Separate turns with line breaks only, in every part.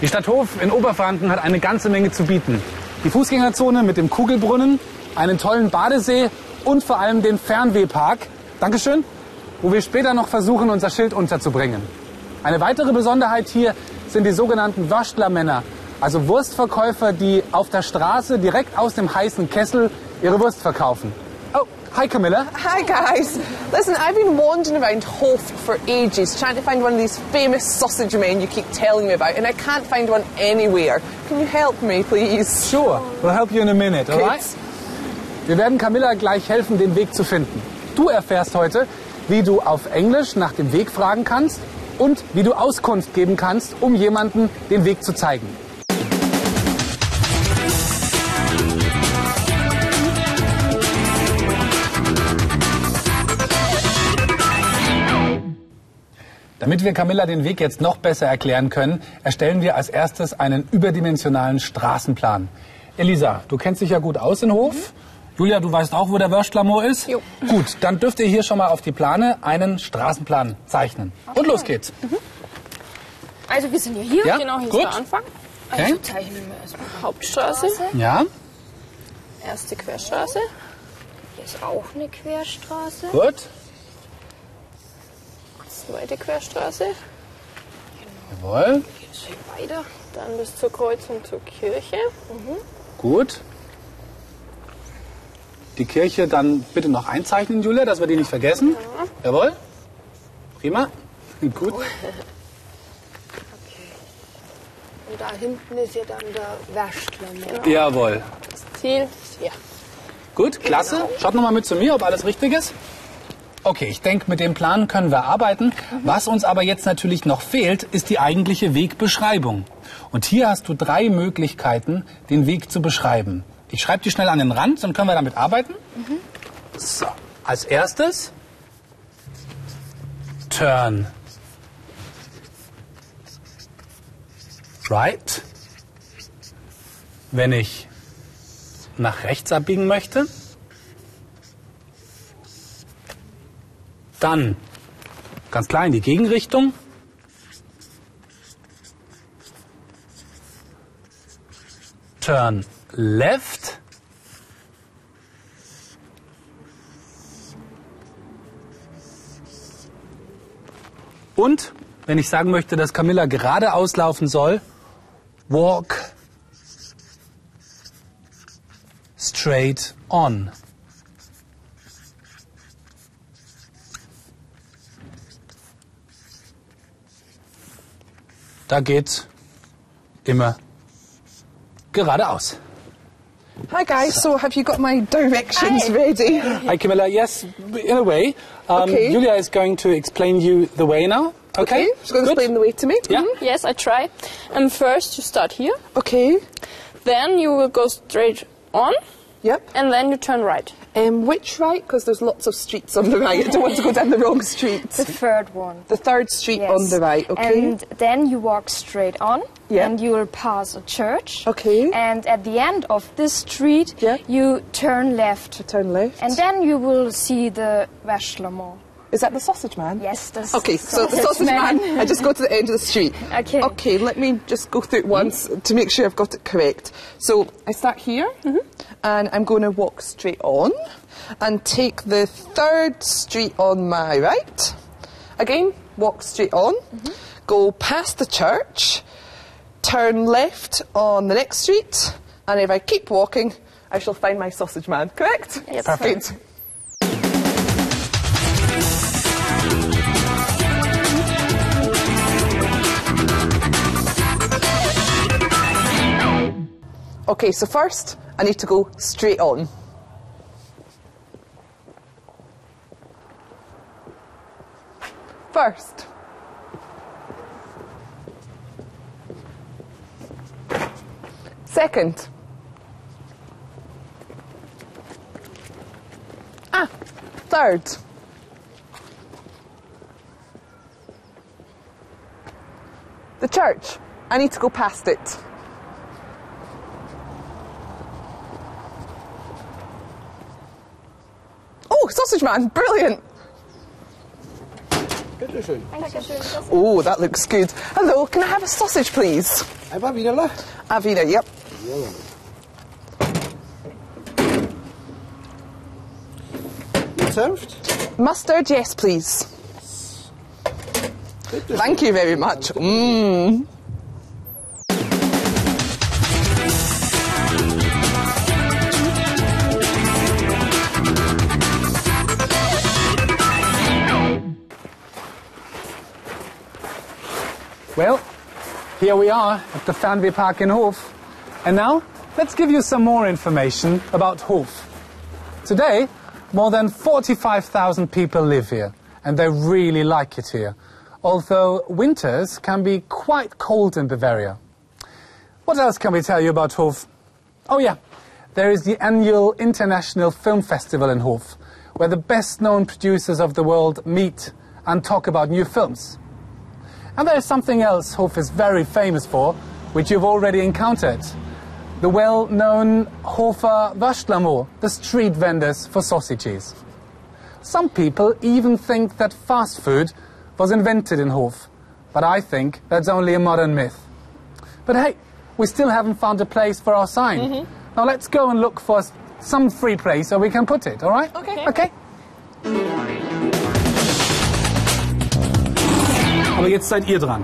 Die Stadt Hof in Oberfranken hat eine ganze Menge zu bieten. Die Fußgängerzone mit dem Kugelbrunnen, einen tollen Badesee und vor allem den Fernwehpark. Dankeschön. Wo wir später noch versuchen, unser Schild unterzubringen. Eine weitere Besonderheit hier sind die sogenannten Wörschtlermänner, also Wurstverkäufer, die auf der Straße direkt aus dem heißen Kessel ihre Wurst verkaufen. Oh, hi Camilla.
Hi guys. Listen, I've been wandering around Hof for ages trying to find one of these famous sausage men you keep telling me about and I can't find one anywhere. Can you help me please?
Sure, we'll help you in a minute, alright?
Kids.
Wir werden Camilla gleich helfen, den Weg zu finden. Du erfährst heute, wie du auf Englisch nach dem Weg fragen kannst und wie du Auskunft geben kannst, um jemanden den Weg zu zeigen. Damit wir Camilla den Weg jetzt noch besser erklären können, erstellen wir als erstes einen überdimensionalen Straßenplan. Elisa, du kennst dich ja gut aus in Hof. Julia, du weißt auch, wo der Wörschlamor ist?
Jo.
Gut, dann dürft ihr hier schon mal auf die Plane einen Straßenplan zeichnen. Und los geht's.
Also wir sind ja hier,
Ja,
genau hier
gut.
ist der Anfang.
Okay.
Also zeichnen wir erstmal
Hauptstraße,
Ja,
erste Querstraße.
Hier ist auch eine Querstraße.
gut.
Zweite Querstraße,
Jawohl,
Geht es hier weiter?
dann bis zur Kreuzung zur Kirche.
gut. Die Kirche dann bitte noch einzeichnen, Julia, dass wir die nicht vergessen. Jawohl. Prima. Gut.
Und da hinten ist ja dann der Wäschler.
ne?
Jawohl.
Ziel ist hier.
Gut, klasse. Schaut nochmal mit zu mir, ob alles richtig ist. Okay, ich denke, mit dem Plan können wir arbeiten. Was uns aber jetzt natürlich noch fehlt, ist die eigentliche Wegbeschreibung. Und hier hast du drei Möglichkeiten, den Weg zu beschreiben. Ich schreibe die schnell an den Rand, dann können wir damit arbeiten. So, als erstes Turn. Right. Wenn ich nach rechts abbiegen möchte. Dann ganz klar in die Gegenrichtung. Turn left. Und wenn ich sagen möchte, dass Camilla geradeaus laufen soll, walk straight on. Da geht's immer geradeaus.
Hi guys, so have you got my directions ready?
Hi Camilla, yes, in a way. Um,
Okay.
Julia is going to explain you the way now. Okay?
She's going to
Good.
explain the way to me. Mm-hmm.
Yeah.
Yes, I try. And first you start here,
Okay.
then you will go straight on,
Yep.
and then you turn right.
Um, which right? Because there's lots of streets on the right. I don't want to go down the wrong street.
The third one.
The third street
Yes.
on the right, okay?
And then you walk straight on.
Yeah.
And you will pass a church.
Okay.
And at the end of this street,
Yeah.
you turn left.
Turn left.
And then you will see the Wäschler Mall.
Is that the sausage man?
Yes, this
Okay, so the sausage man. I just go to the end of the street.
Okay.
Okay, let me just go through it once to make sure I've got it correct. So I start here,
Mm-hmm.
and I'm going to walk straight on, and take the third street on my right. Again, walk straight on,
Mm-hmm.
go past the church, turn left on the next street, and if I keep walking, I shall find my sausage man. Correct? Yes. Perfect. Okay, so first I need to go straight on. First. Second. Ah, third. The church. I need to go past it. Oh, sausage man, brilliant. Good
Bitteschön.
Dankeschön.
Oh, that looks good. Hello, can I have a sausage, please?
Einfach wieder lach.
Avina, yep.
Served.
Mustard, yes, please.
Bitteschön.
Thank you very much. Mm.
Well, here we are at the Fernweh Park in Hof. And now, let's give you some more information about Hof. Today, more than 45,000 people live here, and they really like it here. Although winters can be quite cold in Bavaria. What else can we tell you about Hof? Oh, yeah, there is the annual International Film Festival in Hof, where the best known producers of the world meet and talk about new films. And there's something else Hof is very famous for, which you've already encountered. The well known Hofer Waschlamur, the street vendors for sausages. Some people even think that fast food was invented in Hof, but I think that's only a modern myth. But hey, we still haven't found a place for our sign. Now let's go and look for s- some free place so we can put it, all right?
Okay.
Okay. Aber jetzt seid ihr dran.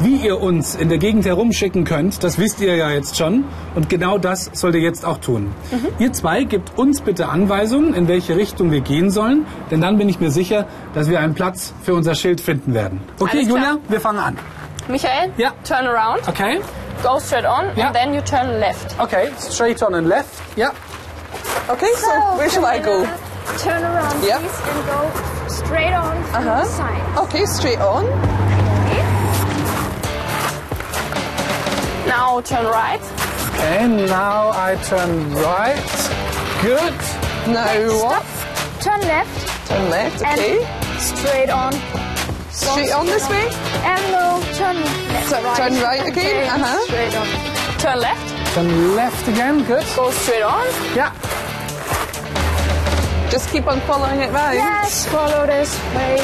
Wie ihr uns in der Gegend herumschicken könnt, das wisst ihr ja jetzt schon. Und genau das sollt ihr jetzt auch tun.
Mhm.
Ihr zwei gebt uns bitte Anweisungen, in welche Richtung wir gehen sollen. Denn dann bin ich mir sicher, dass wir einen Platz für unser Schild finden werden. Okay,
Alles klar.
Julia, wir fangen an.
Michael,
Yeah.
turn around,
Okay?
go straight on,
Yeah.
and then you turn left.
Okay, straight on and left. Ja.
Okay, so, where shall I go?
Oh, Turn around,
Yeah. Uh-huh.
please, and go straight on to the sign.
Okay, straight on.
Now turn right.
Okay, now I turn right. Good.
Now
Stop.
what?
Turn left
Turn left,
and
okay.
straight on.
Straight on this way.
And no, turn left.
Turn- turn right
and
again,
turn
uh-huh.
Straight on.
Turn left,
Turn left again. Good.
go straight on.
Ja.
Just keep on following it round.
Yes, follow this way.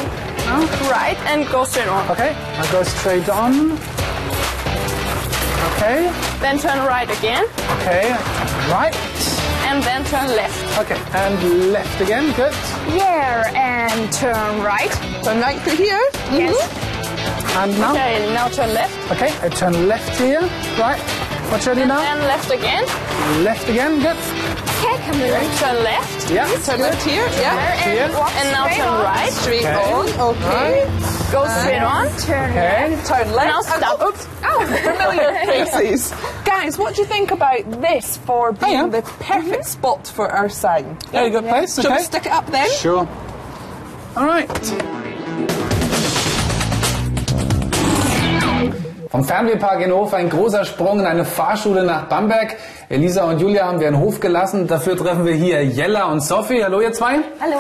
Right and go straight on.
Okay, I go straight on. Okay,
Then turn right again
okay, right.
and then turn left.
Okay, and left again. Good.
Yeah, and turn right.
Turn right through here. Mm-hmm.
Yes.
And now, okay,
Okay, now turn left
I turn left here. Right. What should I do
Oh.
and
now?
then left again.
Left again. Good.
Okay, Camilla.
Turn left
Yeah.
Turn left here, yeah.
Here.
and, walk- and now
Straight
turn
on.
right.
Straight on, okay.
Go straight on.
Turn
Okay.
Turn left.
Now stop.
Oh, oops. Oh, familiar faces. Oh, Guys, what do you think about this for
Hiya.
being the perfect spot for our sign?
Very good place.
Shall we
Okay.
stick it up then?
Sure. All right. Vom Fernwehpark in Hof ein großer Sprung in eine Fahrschule nach Bamberg. Elisa und Julia haben wir in Hof gelassen. Dafür treffen wir hier Jella und Sophie. Hallo ihr zwei.
Hallo.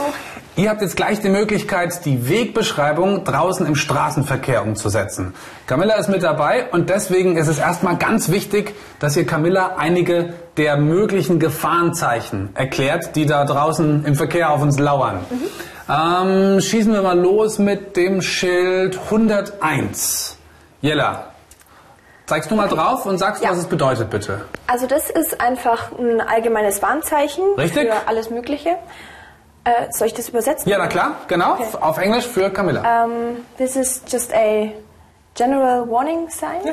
Ihr habt jetzt gleich die Möglichkeit, die Wegbeschreibung draußen im Straßenverkehr umzusetzen. Camilla ist mit dabei und deswegen ist es erstmal ganz wichtig, dass ihr Camilla einige der möglichen Gefahrenzeichen erklärt, die da draußen im Verkehr auf uns lauern.
Mhm.
Ähm, schießen wir mal los mit dem Schild 101. Jella, zeigst du mal drauf und sagst,
Ja.
was es bedeutet, bitte.
Also das ist einfach ein allgemeines Warnzeichen
Richtig.
für alles Mögliche. Äh, soll ich das übersetzen?
Ja, na klar, genau,
Okay.
auf Englisch für Camilla.
Um, this is just a general warning sign.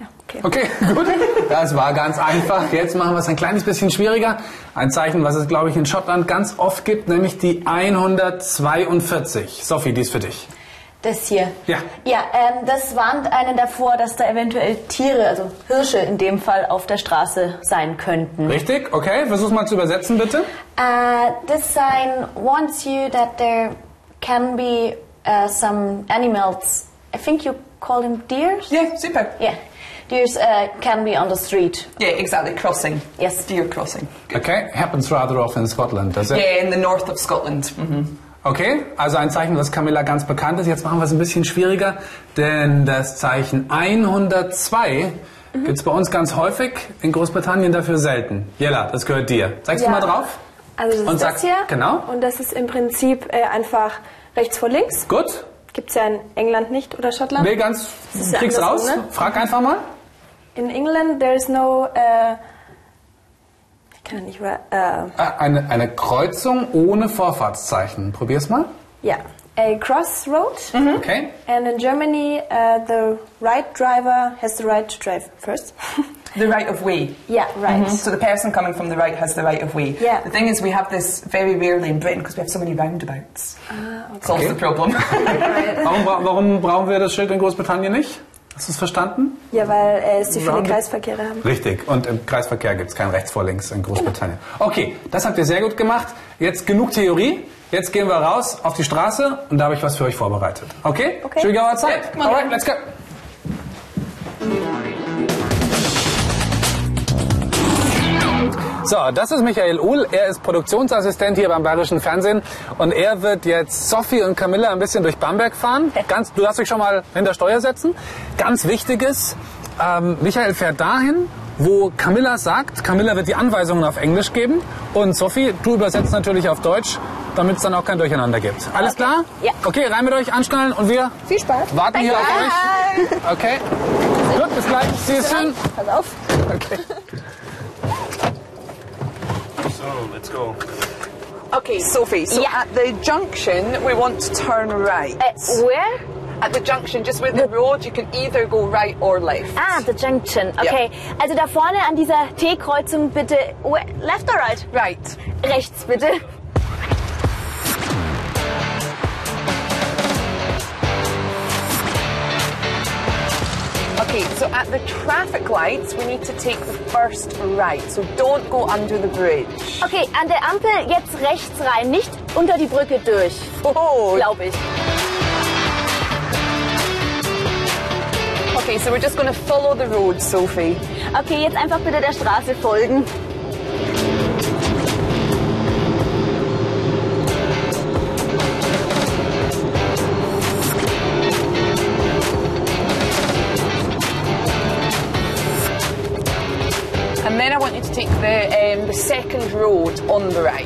Ja, okay.
Okay, gut. Das war ganz einfach. Jetzt machen wir es ein kleines bisschen schwieriger. Ein Zeichen, was es, glaube ich, in Schottland ganz oft gibt, nämlich die 142. Sophie, die ist für dich.
Das hier.
Ja.
Ja, ähm, das warnt einen davor, dass da eventuell Tiere, also Hirsche in dem Fall, auf der Straße sein könnten.
Mhm. Richtig? Okay, versuch's mal zu übersetzen, bitte.
Uh, this sign warns you that there can be uh, some animals. I think you call them deer.
Yeah, super.
Yeah. Deers uh, can be on the street.
Yeah, exactly. Crossing.
Yes.
Deer crossing.
Okay, happens rather often in Scotland, does it?
Yeah, in the north of Scotland.
Mm-hmm.
hmm
Okay, also ein Zeichen, das Camilla ganz bekannt ist. Jetzt machen wir es ein bisschen schwieriger, denn das Zeichen 102 gibt's bei uns ganz häufig, in Großbritannien dafür selten. Jella, das gehört dir. Zeigst du
Ja.
mal drauf?
Also das
Und
ist
sag-
das hier.
genau.
Und das ist im Prinzip äh, einfach rechts vor links.
Gut?
Gibt es ja in England nicht oder Schottland.
Nee, ganz,
ist ja
krieg's raus.
andersrum, ne?
Frag einfach mal.
In England there is no. Äh, ich kann nicht. ra- Äh,
Ah, Eine, eine Kreuzung ohne Vorfahrtszeichen. Probier's mal.
yeah, a crossroad.
Mhm. Okay.
And in Germany, uh, the right driver has the right to drive first.
The right of way.
yeah, right.
Mhm.
So the person coming from the right has the right of way.
Yeah.
The thing is, we have this very rarely in Britain because we have so many roundabouts.
Ah,
Solves the
Okay.
problem.
Warum, bra- warum brauchen wir das Schild in Großbritannien nicht? Hast du es verstanden?
Ja, weil äh, es zu viele
Roundabout.
Kreisverkehre haben.
Richtig. Und im Kreisverkehr gibt's kein rechts vor links in Großbritannien. Okay, das habt ihr sehr gut gemacht. Jetzt genug Theorie. Jetzt gehen wir raus auf die Straße und da habe ich was für euch vorbereitet. Okay?
Okay.
Should we go outside? Alright, let's go. So, das ist Michael Uhl. Er ist Produktionsassistent hier beim Bayerischen Fernsehen und er wird jetzt Sophie und Camilla ein bisschen durch Bamberg fahren. Ganz, du darfst dich schon mal hinter Steuer setzen. Ganz wichtiges, ähm, Michael fährt dahin, wo Camilla sagt, Camilla wird die Anweisungen auf Englisch geben und Sophie, du übersetzt natürlich auf Deutsch, damit es dann auch kein Durcheinander gibt. Alles klar?
Ja.
Okay, rein mit euch, anschnallen und wir
Viel Spaß.
warten hier auf euch. Okay. Gut, bis gleich. See you soon.
Pass auf.
Okay.
So let's go.
Okay, Sophie, so
Yeah.
at the junction, we want to turn right.
Äh,
Uh, where?
Eh, At the junction, just with the road, you can either go right or left.
Ah, the junction. Okay. Also da vorne an dieser T-Kreuzung bitte we- left or right?
Right.
Rechts bitte.
Okay, so at the traffic lights, we need to take the first right. So don't go under the bridge.
Okay, an der Ampel jetzt rechts rein, nicht unter die Brücke durch,
Oh,
glaube ich.
okay, so we're just going to follow the road, Sophie.
Okay, jetzt einfach bitte der Straße folgen.
And then I want you to take the, um, the second road on the right.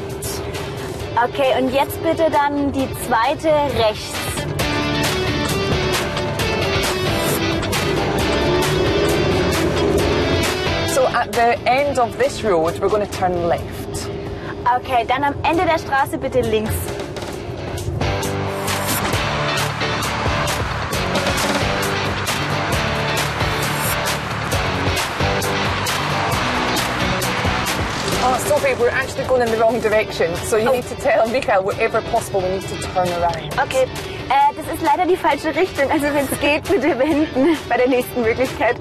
Okay, und jetzt bitte dann die zweite rechts.
So at the end of this road, we're going to turn left.
Okay, dann am Ende der Straße bitte links.
Oh, Sophie, we're actually going in the wrong direction. So you need to tell Mikael, wherever possible, we need to turn around.
Okay, äh, das ist leider die falsche Richtung. Also wenn es geht, bitte hinten bei der nächsten Möglichkeit.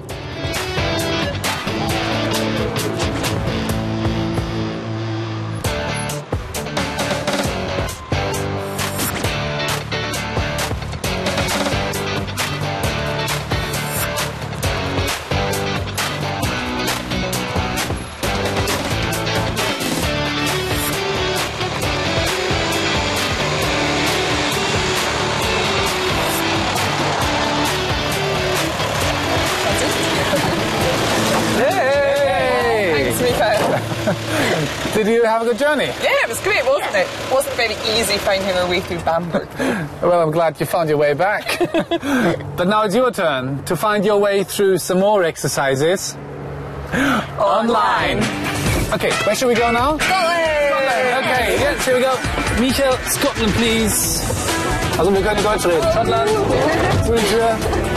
Hey!
Thanks, Mikael.
Did you have a good journey?
Yeah, it was great, wasn't it? Wasn't very easy finding our way through Bamberg.
Well, I'm glad you found your way back. but now it's your turn to find your way through some more exercises online. Okay, where should we go now? Scotland. Okay, yes, here we go. Michael, Scotland, please. Also, wir können Deutsch reden. Schottland, Wiltshire,